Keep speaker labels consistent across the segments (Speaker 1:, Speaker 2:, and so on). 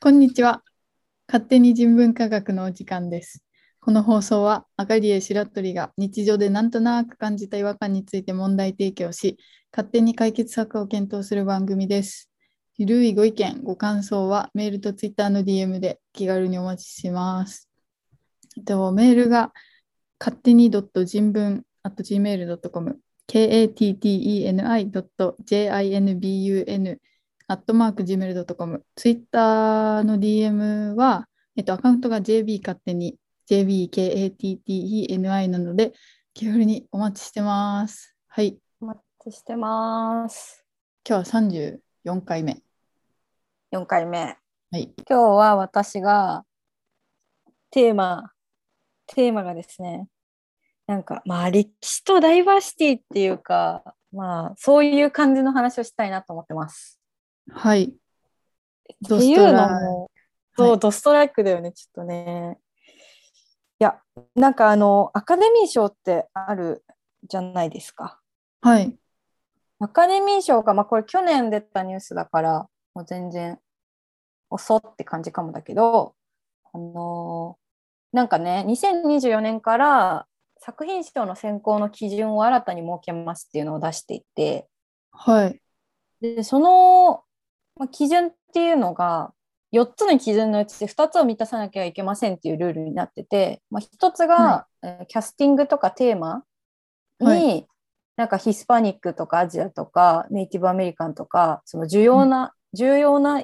Speaker 1: こんにちは。勝手に人文科学のお時間です。この放送は赤リエ白鳥が日常でなんとなく感じた違和感について問題提供し、勝手に解決策を検討する番組です。ゆるいご意見、ご感想はメールとツイッターの DM で気軽にお待ちします。えっとメールが勝手に人文 .gmail.com katteni.jinbun アットマーク Gmail.com。ツイッターの DM は、えっと、アカウントが JB 勝手に JBKATTENI なので、気軽にお待ちしてます。はい。
Speaker 2: お待ちしてます。
Speaker 1: 今日は34回目。
Speaker 2: 4回目。
Speaker 1: はい。
Speaker 2: 今日は私がテーマ、テーマがですね、なんかまあ歴史とダイバーシティっていうか、まあそういう感じの話をしたいなと思ってます。
Speaker 1: はい。
Speaker 2: っ
Speaker 1: ド
Speaker 2: て
Speaker 1: ス
Speaker 2: い
Speaker 1: ト
Speaker 2: う
Speaker 1: ラ
Speaker 2: のも、そう、ドストライクだよね、ちょっとね。いや、なんかあの、アカデミー賞ってあるじゃないですか。
Speaker 1: はい。
Speaker 2: アカデミー賞が、まあ、これ去年出たニュースだから、もう全然遅って感じかもだけど、あのーなんかね、2024年から作品賞の選考の基準を新たに設けますっていうのを出していて、
Speaker 1: はい。
Speaker 2: でそのまあ基準っていうのが、4つの基準のうち2つを満たさなきゃいけませんっていうルールになってて、まあ、1つが
Speaker 1: は、
Speaker 2: えーキャスティングとかテーマに、
Speaker 1: はい
Speaker 2: なんかヒスパニックとかアジアとかネイティブアメリカンとかその重要な、重要な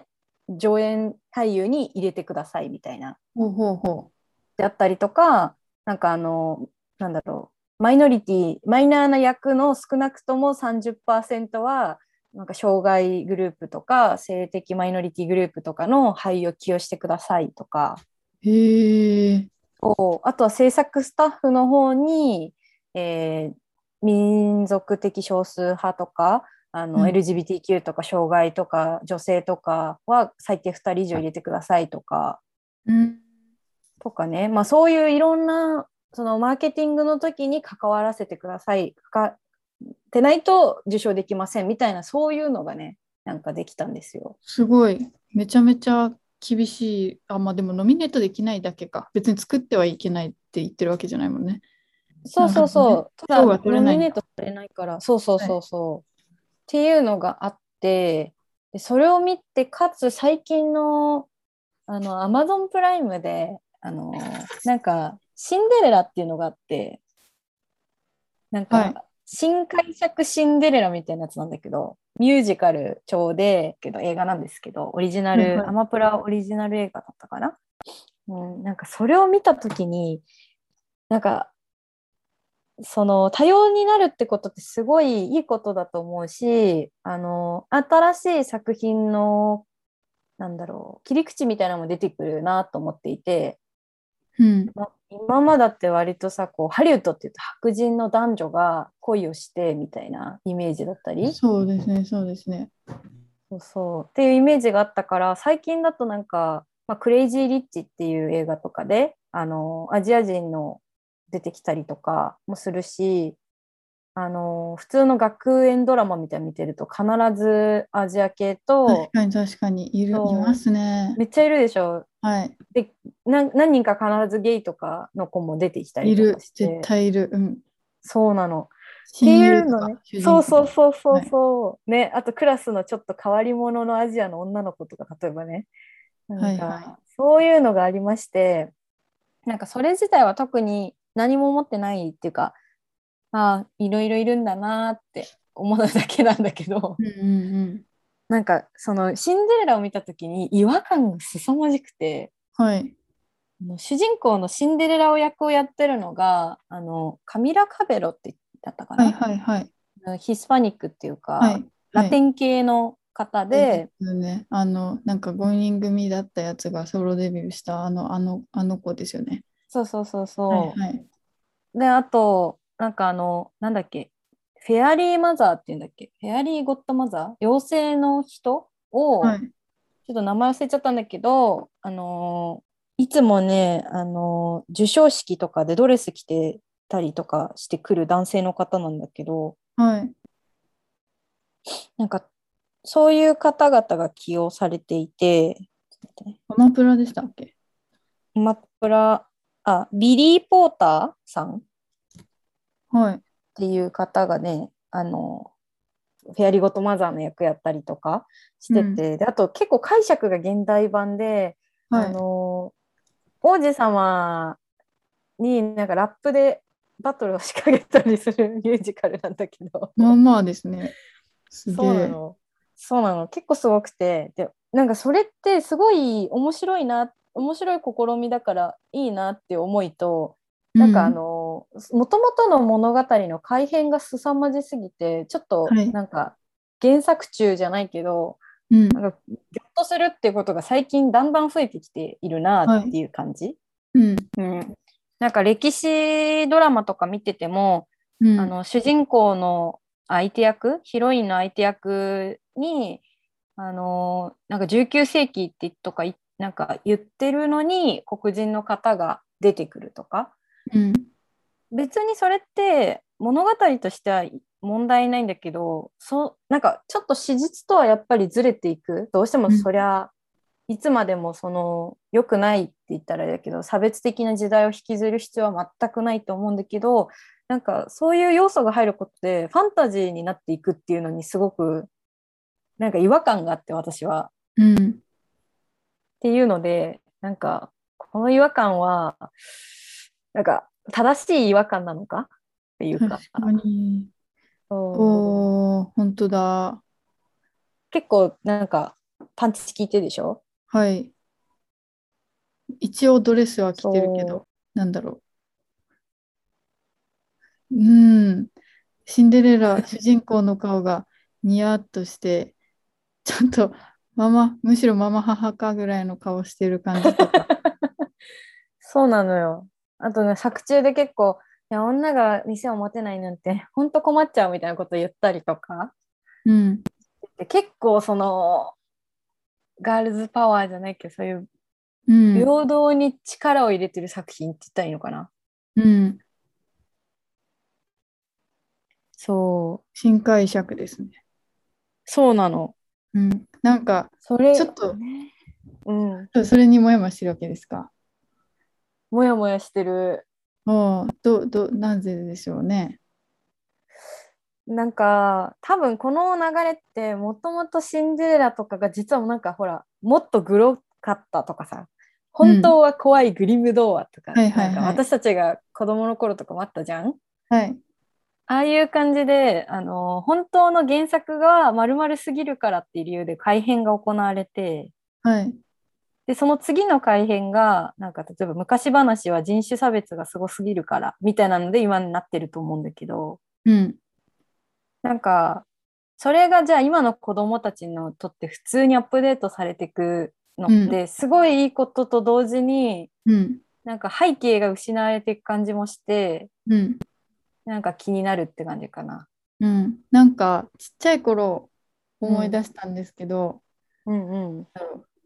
Speaker 2: 上演俳優に入れてくださいみたいな
Speaker 1: ほうほうほ
Speaker 2: であったりとかなんかあのなんだろうマイノリティマイナーな役の少なくとも30%はなんか障害グループとか性的マイノリティグループとかの俳優を起用してくださいとか
Speaker 1: う。へえ。
Speaker 2: おあとは制作スタッフの方に、えー民族的少数派とかあの、
Speaker 1: うん
Speaker 2: LGBTQ とか障害とか女性とかは最低2人以上入れてくださいとか
Speaker 1: うん。
Speaker 2: とかね、まあ、そういういろんなそのマーケティングの時に関わらせてくださいかてないと受賞できませんみたいなそういうのがねなんかできたんですよ。
Speaker 1: すごい。めちゃめちゃ厳しい。あ、まあでもノミネートできないだけか。別に作ってはいけないって言ってるわけじゃないもんね。
Speaker 2: そうそうそ
Speaker 1: な
Speaker 2: う。
Speaker 1: る
Speaker 2: ただ、
Speaker 1: 賞は取れないんだ
Speaker 2: ノミネートされないから、そうそうそうそう。っていうのがあって、でそれを見て、かつ最近の、あの、アマゾンプライムで、あの、なんか、シンデレラっていうのがあって、なんか、
Speaker 1: はい
Speaker 2: 新解釈シンデレラみたいなやつなんだけど、ミュージカル調で、けど映画なんですけど、オリジナル、
Speaker 1: はいはい
Speaker 2: アマプラオリジナル映画だったかな。うん、なんかそれを見たときに、なんか、その多様になるってことってすごいいいことだと思うし、あの、新しい作品の、なんだろう、切り口みたいなのも出てくるなと思っていて、
Speaker 1: うん。
Speaker 2: ま今までだって割とさ、こう、ハリウッドって言うと白人の男女が恋をしてみたいなイメージだったり、
Speaker 1: そうですね、そうですね。
Speaker 2: そうそうっていうイメージがあったから最近だとなんか、まあ、クレイジー・リッチっていう映画とかであのアジア人の出てきたりとかもするしあの普通の学園ドラマみたいに見てると必ずアジア系
Speaker 1: 確
Speaker 2: と
Speaker 1: かに確かにいるい
Speaker 2: そう
Speaker 1: ますね。
Speaker 2: めっちゃいるでしょ
Speaker 1: はい。
Speaker 2: な何人か必ずゲイとかの子も出てきたり
Speaker 1: い
Speaker 2: と
Speaker 1: る
Speaker 2: かし。て
Speaker 1: 絶対いる。うん。
Speaker 2: そうなの
Speaker 1: って
Speaker 2: いうのね。そうそう
Speaker 1: う。
Speaker 2: そうそうそう、ねあとクラスのちょっと変わり者のアジアの女の子とか例えばねなんか、
Speaker 1: はいは
Speaker 2: そういうのがありましてなんかそれ自体は特に何も思ってないっていうかああいろいろいるんだなーって思うだけなんだけど
Speaker 1: うんうんうん。
Speaker 2: なんかそのシンデレラを見た時に違和感が凄まじくて
Speaker 1: はい。
Speaker 2: あの主人公のシンデレラを役をやってるのがあのカミラ・カベロってだったかな、
Speaker 1: はいはいはい。
Speaker 2: あのヒスパニックっていうか、
Speaker 1: はい。
Speaker 2: ラテ
Speaker 1: ン
Speaker 2: ン系の方で、
Speaker 1: すよね。あの、なんか5人組だったやつがソロデビューしたあの、あの、あの子ですよね。
Speaker 2: そうそうそうそう、
Speaker 1: はいはい。
Speaker 2: であとなんかあのなんだっけフェアリーマザーっていうんだっけフェアリーゴッドマザー妖精の人を、
Speaker 1: はい。
Speaker 2: ちょっと名前忘れちゃったんだけどあのーいつもね、あのー授賞式とかでドレス着てたりとかしてくる男性の方なんだけど
Speaker 1: はい。
Speaker 2: なんかそういう方々が起用されていてっと待ってね。
Speaker 1: アマプラでしたっけ
Speaker 2: アマプラ、あ、ビリー・ポーターさんっ
Speaker 1: はい。
Speaker 2: ていう方がね、あの、フェアリーゴットマザーの役やったりとかしてて、であと結構解釈が現代版で、あ
Speaker 1: は
Speaker 2: の王子様になんかラップでバトルを仕掛けたりする ミュージカルなんだけど
Speaker 1: い。まあまあですね。すげ
Speaker 2: そうな
Speaker 1: え。
Speaker 2: のそうなの結構すごくてでなんかそれってすごい面白いな面白い試みだからいいなっていう思いとなんかあのもともとの物語の改変が凄まじすぎてちょっと
Speaker 1: はい
Speaker 2: なんか原作中じゃないけど、
Speaker 1: うん、うん。
Speaker 2: なんかギョッとするっていうことが最近だんだん増えてきているなっていう感じ。
Speaker 1: うん。
Speaker 2: うん、なんか歴史ドラマとか見てても、
Speaker 1: うん。
Speaker 2: あの主人公の相手役ヒロインの相手役にあのなんか19世紀ってとかいなんか言ってるのに黒人の方が出てくるとか
Speaker 1: うん。
Speaker 2: 別にそれって物語としては問題ないんだけどそなんかちょっと史実とはやっぱりずれていくどうしてもそりゃ、いつまでもその良くないって言ったらあれだけど差別的な時代を引きずる必要は全くないと思うんだけどなんかそういう要素が入ることでファンタジーになっていくっていうのにすごくなんか違和感があって私は。
Speaker 1: うん。
Speaker 2: っていうのでなんかこの違和感はなんか正しい違和感なのかっていうか
Speaker 1: 確かに。
Speaker 2: そう
Speaker 1: おー、本当だ。
Speaker 2: 結構なんかパンチ効いてるでしょ
Speaker 1: はい。一応ドレスは着てるけ
Speaker 2: そう
Speaker 1: ど、なんだろう。うん。シンデレ ラ、主人公の顔がニヤッとして、ちょっとママ、むしろママ母かぐらいの顔してる感じとか。
Speaker 2: そうなのよあとね作中で結構いや女が店を持てないなんてほんと困っちゃうみたいなこと言ったりとか
Speaker 1: うん。
Speaker 2: で結構そのガールズパワーじゃないけどそういう
Speaker 1: うん。
Speaker 2: 平等に力を入れてる作品って言ったらいいのかな、
Speaker 1: うん。
Speaker 2: そう
Speaker 1: 新解釈ですね。
Speaker 2: そうなの
Speaker 1: うん。なんか、
Speaker 2: それ
Speaker 1: ちょっと
Speaker 2: ねうん
Speaker 1: それにもやもやしてるわけですか。
Speaker 2: もやもやしてる。
Speaker 1: おーど、ど、なぜでしょうね。
Speaker 2: なんか多分この流れってもともとシンデレラとかが実はなんかほらもっとグロかったとかさ本当は怖いグリム童話とか,、
Speaker 1: はいはいはい
Speaker 2: なんか私たちが子供の頃とかもあったじゃん
Speaker 1: はい。
Speaker 2: ああいう感じであの本当の原作が丸々すぎるからっていう理由で改編が行われて
Speaker 1: はい。
Speaker 2: でその次の改編がなんか例えば昔話は人種差別がすごすぎるからみたいなので今になってると思うんだけど。
Speaker 1: うん。
Speaker 2: なんかそれがじゃあ今の子どもたちのとって普通にアップデートされていくのってすごいいいことと同時に、
Speaker 1: うん。
Speaker 2: なんか背景が失われていく感じもして
Speaker 1: うん。
Speaker 2: なんか気になるって感じかな。
Speaker 1: うん、なんかちっちゃい頃
Speaker 2: うん
Speaker 1: 思い出したんですけど、
Speaker 2: うんうん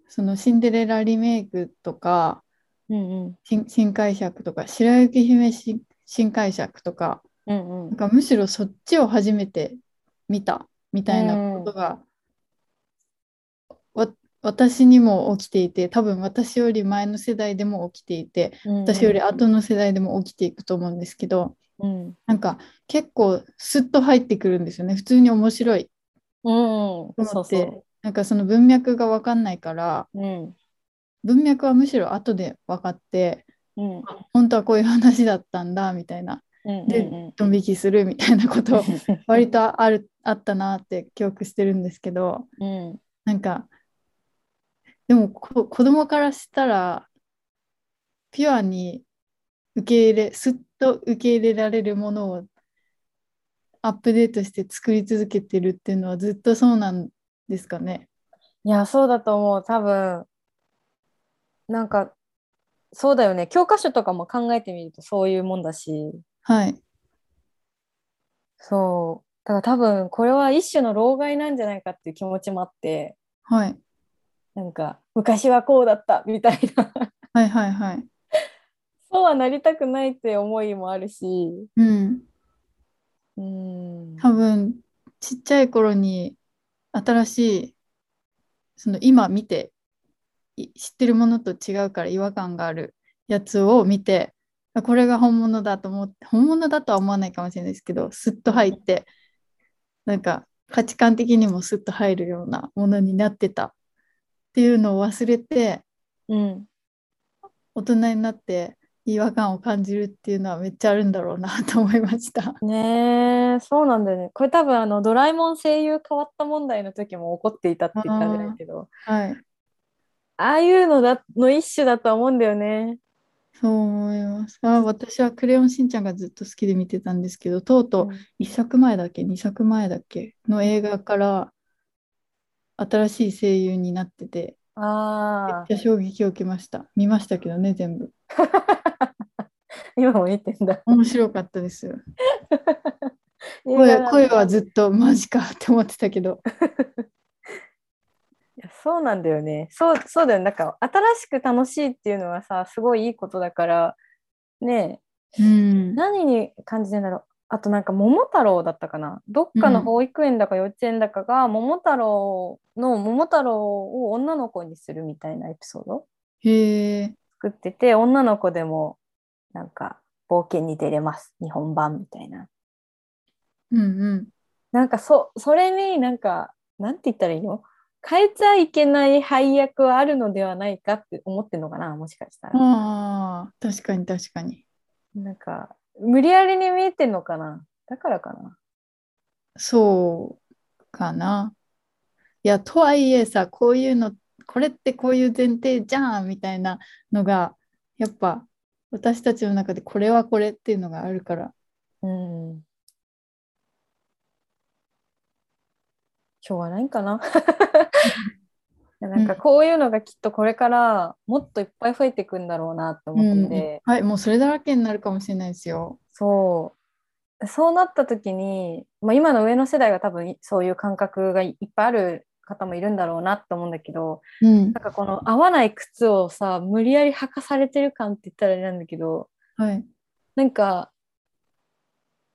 Speaker 1: そのシンデレラリメイクとか
Speaker 2: うんうん
Speaker 1: 新新解釈とか白雪姫新新解釈とか
Speaker 2: うんう
Speaker 1: なん
Speaker 2: ん
Speaker 1: かむしろそっちを初めて見たみたいなことが、わ私にも起きていて多分私より前の世代でも起きていて私より後の世代でも起きていくと思うんですけど
Speaker 2: うん
Speaker 1: なんか結構スッと入ってくるんですよね普通に面白い。
Speaker 2: うんうんそうそ
Speaker 1: なんかその文脈が分かんないから
Speaker 2: ううん
Speaker 1: 文脈はむしろ後で分かって
Speaker 2: うん
Speaker 1: 本当はこういう話だったんだみたいな
Speaker 2: うん
Speaker 1: で
Speaker 2: うん
Speaker 1: ドン引きするみたいなこと 割
Speaker 2: 割
Speaker 1: とあるあったなって記憶してるんですけど
Speaker 2: うん
Speaker 1: なんかでもこ子供からしたらピュアに受け入れすっと受け入れられるものをアップデートして作り続けてるっていうのはずっとそうなんですかね。
Speaker 2: いやそうだと思う多分なんかそうだよね教科書とかも考えてみるとそういうもんだし
Speaker 1: はい、
Speaker 2: そうだから多分これは一種の老害なんじゃないかっていう気持ちもあって
Speaker 1: はい
Speaker 2: なんか昔はこうだったみたいな
Speaker 1: はいはいはい。
Speaker 2: そうはなりたくないって思いもあるし
Speaker 1: うん。
Speaker 2: うん
Speaker 1: 多分、ちっちゃい頃に新しい、その今見てい知ってるものと違うから違和感があるやつを見てあこれが本物だと思って本物だとは思わないかもしれないですけどスッと入ってなんか価値観的にもスッと入るようなものになってたっていうのを忘れて
Speaker 2: うん、
Speaker 1: 大人になって違和感を感じるっていうのはめっちゃあるんだろうなと思いました。
Speaker 2: ねえそうなんだよねこれ多分あのドラえもん声優変わった問題の時も起こっていたって言ったんだけど
Speaker 1: はい、
Speaker 2: ああいうのだの一種だとは思うんだよね
Speaker 1: そう思います。あ私は「クレヨンしんちゃん」がずっと好きで見てたんですけどとうとう1作前だっけ2作前だっけの映画から新しい声優になっててめっ
Speaker 2: ああ
Speaker 1: ちゃ衝撃を受けました見ましたけどね全部
Speaker 2: 今も見てんだ
Speaker 1: 面白かったですよ 声声はずっとマジかって思ってたけど
Speaker 2: いやそうなんだよね。そうそうだよね。なんか新しく楽しいっていうのはさ、すごいいいことだから、ね
Speaker 1: うん
Speaker 2: え、何に感じてんだろう。あとなんか桃太郎だったかな。どっかの
Speaker 1: うん
Speaker 2: 保育園だか幼稚園だかが桃太郎の桃太郎を女の子にするみたいなエピソードを
Speaker 1: へえ
Speaker 2: 作ってて、女の子でもなんか冒険に出れます。日本版みたいな。
Speaker 1: うんうん
Speaker 2: なんかそそれになんか、なんて言ったらいいの変えちゃいけない配役はあるのではないかって思ってんのかなもしかしたら。
Speaker 1: ああ確かに確かに
Speaker 2: なんか、無理やりに見えてんのかなだからかな。
Speaker 1: そうかないやとはいえさこういうのこれってこういう前提じゃんみたいなのがやっぱ私たちの中でこれはこれっていうのがあるから
Speaker 2: うん。しょうがないんかな。いや なんかこういうのがきっとこれからもっといっぱい増えていくんだろうなって思ってて、
Speaker 1: はい、もうそれだらけになるかもしれないですよ。
Speaker 2: そうそうなった時に、まあ、今の上の世代が多分そういう感覚がいっぱいある方もいるんだろうなって思うんだけど
Speaker 1: うん
Speaker 2: な、んかこの合わない靴をさ無理やり履かされてる感って言ったらあれなんだけど
Speaker 1: はい、
Speaker 2: なんか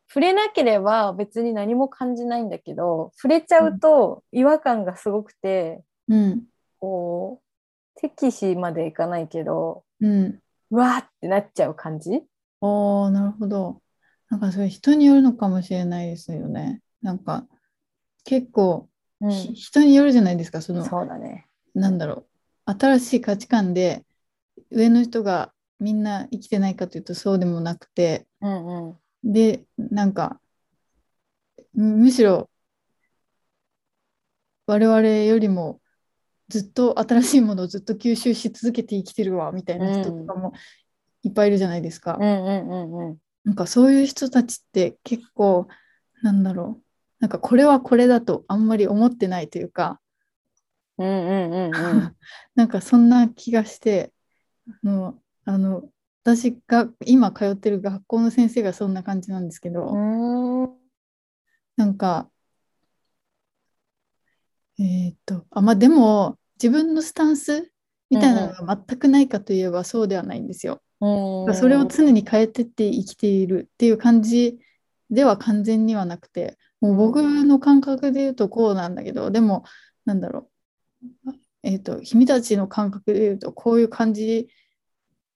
Speaker 2: 触れなければ別に何も感じないんだけど触れちゃうと違和感がすごくて、
Speaker 1: うん、
Speaker 2: こう敵視までいかないけど
Speaker 1: うん。
Speaker 2: うわーってなっちゃう感じ
Speaker 1: ああ、なるほど。なんかそれ人によるのかもしれないですよね。なんか結構、
Speaker 2: うん
Speaker 1: ひ人によるじゃないですか、その、
Speaker 2: そうだね
Speaker 1: なんだろう、新しい価値観で上の人がみんな生きてないかというとそうでもなくて、
Speaker 2: うんうん
Speaker 1: で、なんか、むむしろ我々よりもずっと新しいものをずっと吸収し続けて生きてるわみたいな人とかもいっぱいいるじゃないですか
Speaker 2: う。んうんうんうん
Speaker 1: なんかそういう人たちって結構なんだろうなんかこれはこれだとあんまり思ってないというか、
Speaker 2: うんうんうんうん
Speaker 1: なんかそんな気がしてもうあの私が今通ってる学校の先生が そんな感じなんですけど。
Speaker 2: うんうん
Speaker 1: なんか、えーっと、あ、まあでも、自分のスタンスみたいなのが全くないかといえばそうではないんですよ。
Speaker 2: うん
Speaker 1: それを常に変えてって生きているっていう感じでは完全にはなくて、もう僕の感覚で言うとこうなんだけど、でも、なんだろう。えーっと、君たちの感覚で言うとこういう感じ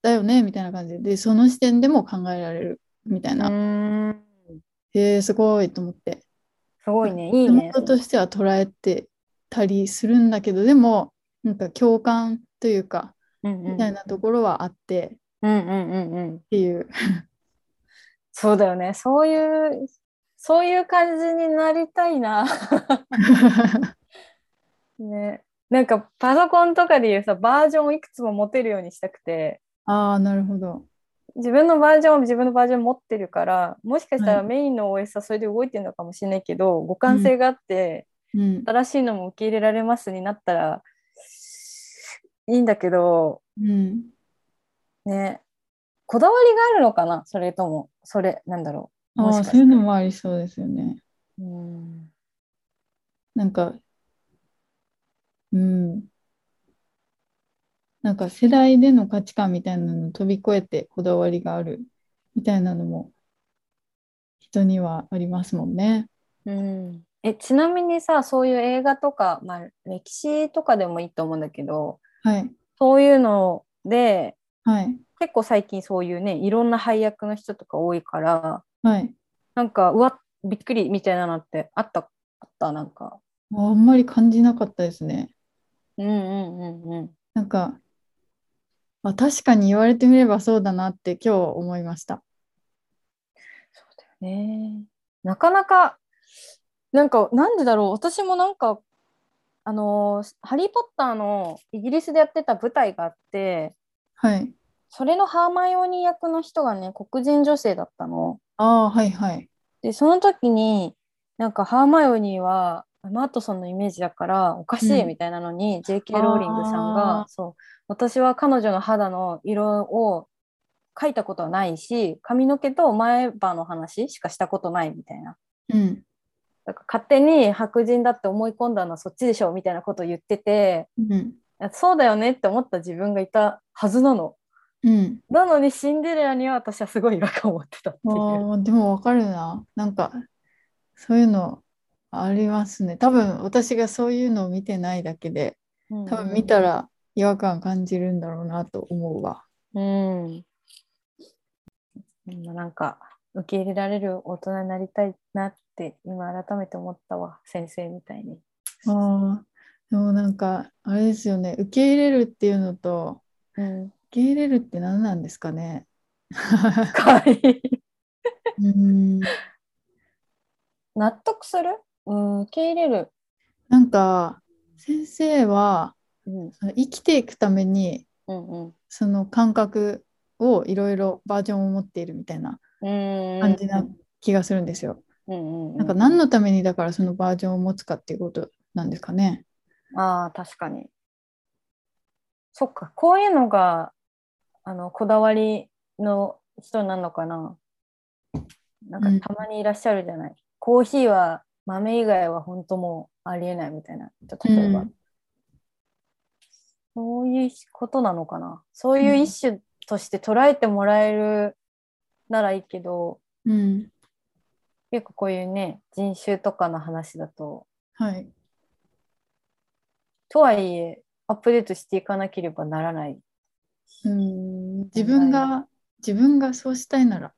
Speaker 1: だよねみたいな感じで、でその視点でも考えられるみたいな。
Speaker 2: うん
Speaker 1: へえ、すごいと思って。
Speaker 2: すごいねいい
Speaker 1: 仕
Speaker 2: ね
Speaker 1: 事としては捉えてたりするんだけどでもなんか共感というか
Speaker 2: うんうん
Speaker 1: みたいなところはあってっ
Speaker 2: うんうんうんうん
Speaker 1: ていう、
Speaker 2: そうだよね。そういう、そういう感じになりたいな。 ね。なんかパソコンとかでいうさ、バージョンをいくつも持てるようにしたくて、
Speaker 1: ああなるほど
Speaker 2: 自分のバージョンを自分のバージョン持ってるから、もしかしたら
Speaker 1: はい
Speaker 2: メインの OS はそれで動いてるのかもしれないけど、互換性があって、
Speaker 1: うん
Speaker 2: 新しいのも受け入れられますになったら、いいんだけど、
Speaker 1: うん
Speaker 2: ね。こだわりがあるのかなそれとも、それ、なんだろう。
Speaker 1: あ
Speaker 2: も
Speaker 1: あ
Speaker 2: しか
Speaker 1: そういうのもありそうですよね
Speaker 2: うん
Speaker 1: なんかうんなんか世代での価値観みたいなのを飛び越えてこだわりがあるみたいなのも人にはありますもんね。
Speaker 2: うん、えちなみにさそういう映画とか、まあ、歴史とかでもいいと思うんだけど
Speaker 1: はい。
Speaker 2: そういうので
Speaker 1: はい。
Speaker 2: 結構最近そういうねいろんな配役の人とか多いから
Speaker 1: はい。
Speaker 2: なんかうわびっくりみたいなのってあったあったなんか
Speaker 1: ああんまり感じなかったですね。
Speaker 2: うんうんうんうん
Speaker 1: なんか、あ、確かに言われてみればそうだなって今日思いました。
Speaker 2: そうだよねなかなかなんかなんでだろう私もなんかあのーハリー・ポッター」のイギリスでやってた舞台があって
Speaker 1: はい。
Speaker 2: それのハーマイオニー役の人がね黒人女性だったの。
Speaker 1: ああ、はいはい。
Speaker 2: でその時になんかハーマイオニーはマートソンのイメージだからおかしい
Speaker 1: うん
Speaker 2: みたいなのに、JK ローリングさん
Speaker 1: あ
Speaker 2: が
Speaker 1: ー
Speaker 2: そう私は彼女の肌の色を描いたことはないし髪の毛と前歯の話しかしたことないみたいな
Speaker 1: うん。
Speaker 2: だから勝手に白人だって思い込んだのはそっちでしょみたいなことを言ってて
Speaker 1: うん。
Speaker 2: そうだよねって思った自分がいたはずなの
Speaker 1: うん。
Speaker 2: なのにシンデレラには私はすごい違和感を持ってたっていう
Speaker 1: ああ、 でもわかるな。なんか、そういうのありますね。多分私がそういうのを見てないだけで、
Speaker 2: うん
Speaker 1: 多分見たら違和感感じるんだろうなと思うわ。
Speaker 2: うん。でもなんか、受け入れられる大人になりたいなって、今改めて思ったわ、先生みたいに。
Speaker 1: ああ、でもなんか、あれですよね。受け入れるっていうのと、
Speaker 2: うん。
Speaker 1: 受け入れるって何なんですかね。
Speaker 2: かわいい。
Speaker 1: うん。
Speaker 2: 納得するうん、受け入れる。
Speaker 1: なんか、先生は、
Speaker 2: うん。
Speaker 1: その生きていくために、
Speaker 2: うんうん。
Speaker 1: その感覚をいろいろバージョンを持っているみたいな
Speaker 2: うん
Speaker 1: 感じな気がするんですよ。
Speaker 2: うんうん、
Speaker 1: なんか何のためにだからそのバージョンを持つかっていうことなんですかね。
Speaker 2: ああ確かにそっかこういうのがあのこだわりの人なのかななん
Speaker 1: うん
Speaker 2: かたまにいらっしゃるじゃない、コーヒーは豆以外は本当もうありえないみたいな人例えば、
Speaker 1: うん
Speaker 2: そういうことなのかなそういう一種として捉えてもらえるならいいけど、
Speaker 1: うん。
Speaker 2: 結構こういうね人種とかの話だと
Speaker 1: はい。
Speaker 2: とはいえアップデートしていかなければならない
Speaker 1: うん。自分が、自分がそうしたいなら。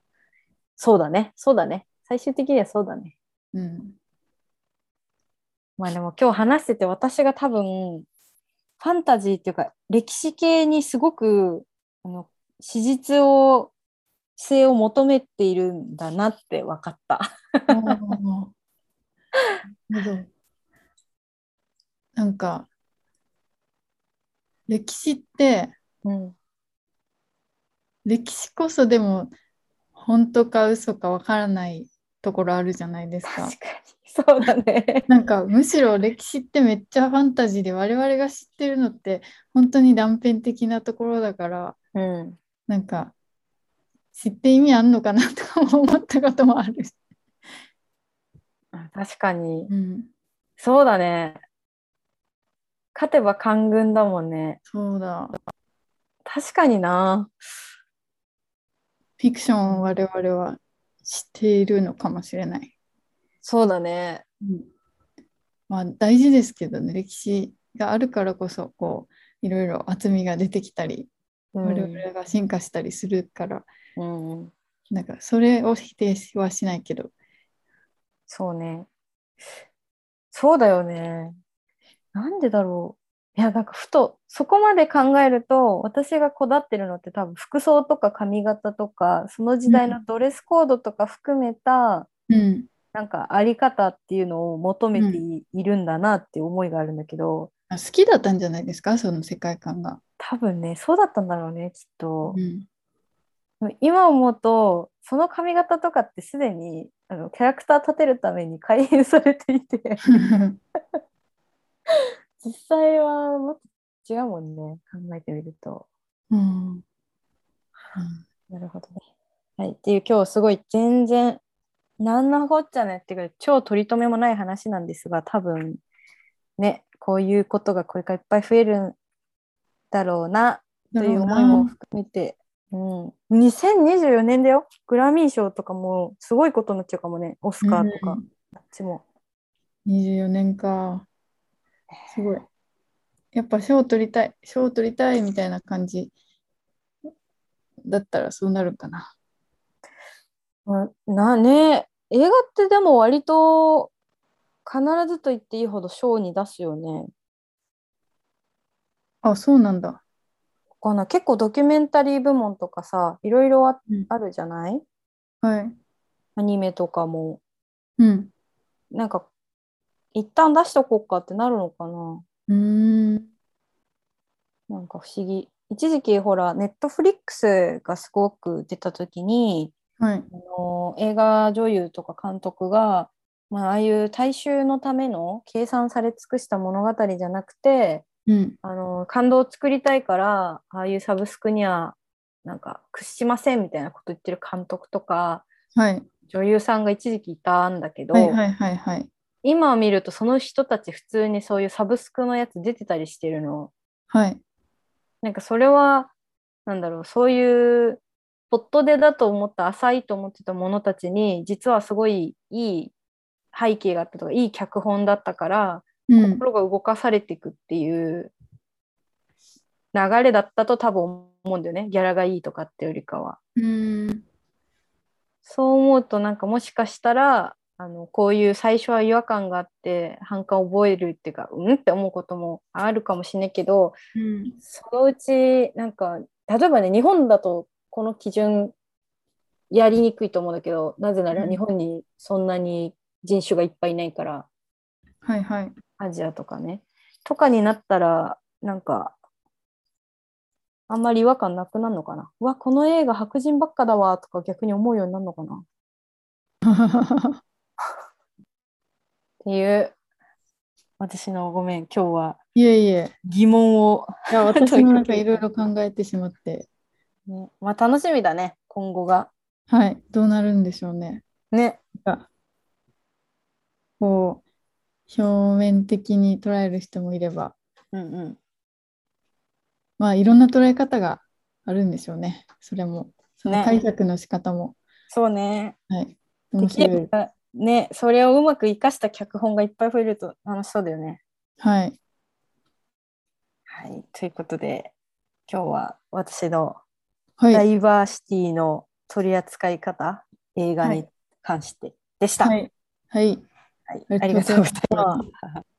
Speaker 2: そうだね、そうだね。最終的にはそうだね。
Speaker 1: うん。
Speaker 2: まあでも今日話してて私が多分ファンタジーっていうか歴史系にすごくあの史実を性を求めているんだなって分かった。
Speaker 1: あーなるほど。なんか、歴史って、
Speaker 2: うん、
Speaker 1: 歴史こそでも、本当か嘘かわからないところあるじゃないですか。
Speaker 2: 確かにそうだね。
Speaker 1: なんかむしろ歴史ってめっちゃファンタジーで我々が知ってるのって本当に断片的なところだから
Speaker 2: うん、
Speaker 1: なんか知って意味あんのかなとかも思ったこともある。
Speaker 2: 確かに
Speaker 1: うん、
Speaker 2: そうだね。勝てば官軍だもんね。
Speaker 1: そうだ。
Speaker 2: 確かにな。
Speaker 1: フィクションを我々は知っているのかもしれない。
Speaker 2: そうだね。
Speaker 1: うん、まあ大事ですけどね歴史があるからこそこういろいろ厚みが出てきたり
Speaker 2: うん
Speaker 1: 我々が進化したりするから、
Speaker 2: うんうん
Speaker 1: なんかそれを否定はしないけど。
Speaker 2: そうね。そうだよね。なんでだろう。いや、なんかふと、そこまで考えると、私がこだわってるのって多分服装とか髪型とか、その時代のドレスコードとか含めた、
Speaker 1: うん、
Speaker 2: なんかあり方っていうのを求めてい,、るんだなっていう思いがあるんだけど、
Speaker 1: あ好きだったんじゃないですかその世界観が。
Speaker 2: 多分ね、そうだったんだろうね、きっと
Speaker 1: う。ん、
Speaker 2: 今思うと、その髪型とかってすでにあのキャラクター立てるために改変されていて。実際はもっと違うもんね考えてみると
Speaker 1: うんうん
Speaker 2: なるほどねはいっていう今日すごい全然なんのこっちゃねっていうか超取り留めもない話なんですが多分ねこういうことがこれからいっぱい増えるんだろうなという思いも含めて、うん、2024年だよグラミー賞とかもすごいことになっちゃうかもねオスカーとか、
Speaker 1: うん
Speaker 2: あっちも
Speaker 1: 24年か。すごい。やっぱ賞を取りたい、賞を取りたいみたいな感じだったらそうなるかな。
Speaker 2: まあなね映画ってでも割と必ずと言っていいほど賞に出すよね。
Speaker 1: あ、そうなんだ。
Speaker 2: この結構ドキュメンタリー部門とかさいろいろあ
Speaker 1: うん
Speaker 2: あるじゃない
Speaker 1: はい。
Speaker 2: アニメとかも
Speaker 1: うん。
Speaker 2: なんか一旦出しとこうかってなるのかな
Speaker 1: うーん。
Speaker 2: なんか不思議。一時期ほらネットフリックスがすごく出た時に
Speaker 1: はい。
Speaker 2: あの映画女優とか監督が、まあ、ああいう大衆のための計算され尽くした物語じゃなくて
Speaker 1: うん。
Speaker 2: あの感動を作りたいからああいうサブスクにはなんか屈しませんみたいなこと言ってる監督とか
Speaker 1: はい。
Speaker 2: 女優さんが一時期いたんだけど、
Speaker 1: はいはいはいはい。
Speaker 2: 今見るとその人たち普通にそういうサブスクのやつ出てたりしてるの
Speaker 1: はい。
Speaker 2: なんかそれはなんだろうそういうポットでだと思った浅いと思ってたものたちに実はすごいいい背景があったとかいい脚本だったから
Speaker 1: うん。
Speaker 2: 心が動かされていくっていう流れだったと多分思うんだよねギャラがいいとかってよりかは。
Speaker 1: うーん。
Speaker 2: そう思うとなんかもしかしたらあのこういう最初は違和感があって反感を覚えるっていうかうんって思うこともあるかもしれないけど
Speaker 1: うん。
Speaker 2: そのうち、なんか、例えばね、日本だとこの基準やりにくいと思うんだけど、なぜなら
Speaker 1: うん
Speaker 2: 日本にそんなに人種がいっぱいいないから、
Speaker 1: はいはい。
Speaker 2: アジアとかね。とかになったら、なんか、あんまり違和感なくなるのかな。うわ、この映画白人ばっかだわとか逆に思うようになるのかなっていう、私のごめん、今日はい
Speaker 1: えいえ。
Speaker 2: 疑問を、
Speaker 1: い や、私もなんかいろいろ考えてしまって。
Speaker 2: ね、まあ楽しみだね、今後が。
Speaker 1: はい。どうなるんでしょうね。
Speaker 2: ね。
Speaker 1: こう、表面的に捉える人もいれば、
Speaker 2: うんうん。
Speaker 1: まあ、いろんな捉え方があるんでしょうね。それも。その
Speaker 2: ね
Speaker 1: 解釈の仕方も。
Speaker 2: そうね。
Speaker 1: はい。
Speaker 2: で
Speaker 1: 面
Speaker 2: き
Speaker 1: 白
Speaker 2: れ
Speaker 1: い。
Speaker 2: ばね、それをうまく生かした脚本がいっぱい増えると楽しそうだよね。
Speaker 1: はい。
Speaker 2: はい、ということで今日は私の
Speaker 1: はい。
Speaker 2: ダ
Speaker 1: はい。
Speaker 2: イバーシティの取り扱い方、映画
Speaker 1: は
Speaker 2: に
Speaker 1: い
Speaker 2: 関してでした。
Speaker 1: はい。
Speaker 2: はい
Speaker 1: あり
Speaker 2: あり
Speaker 1: が
Speaker 2: が
Speaker 1: と
Speaker 2: と
Speaker 1: う
Speaker 2: う
Speaker 1: ご
Speaker 2: ご
Speaker 1: ざい
Speaker 2: ざい
Speaker 1: ます
Speaker 2: ます。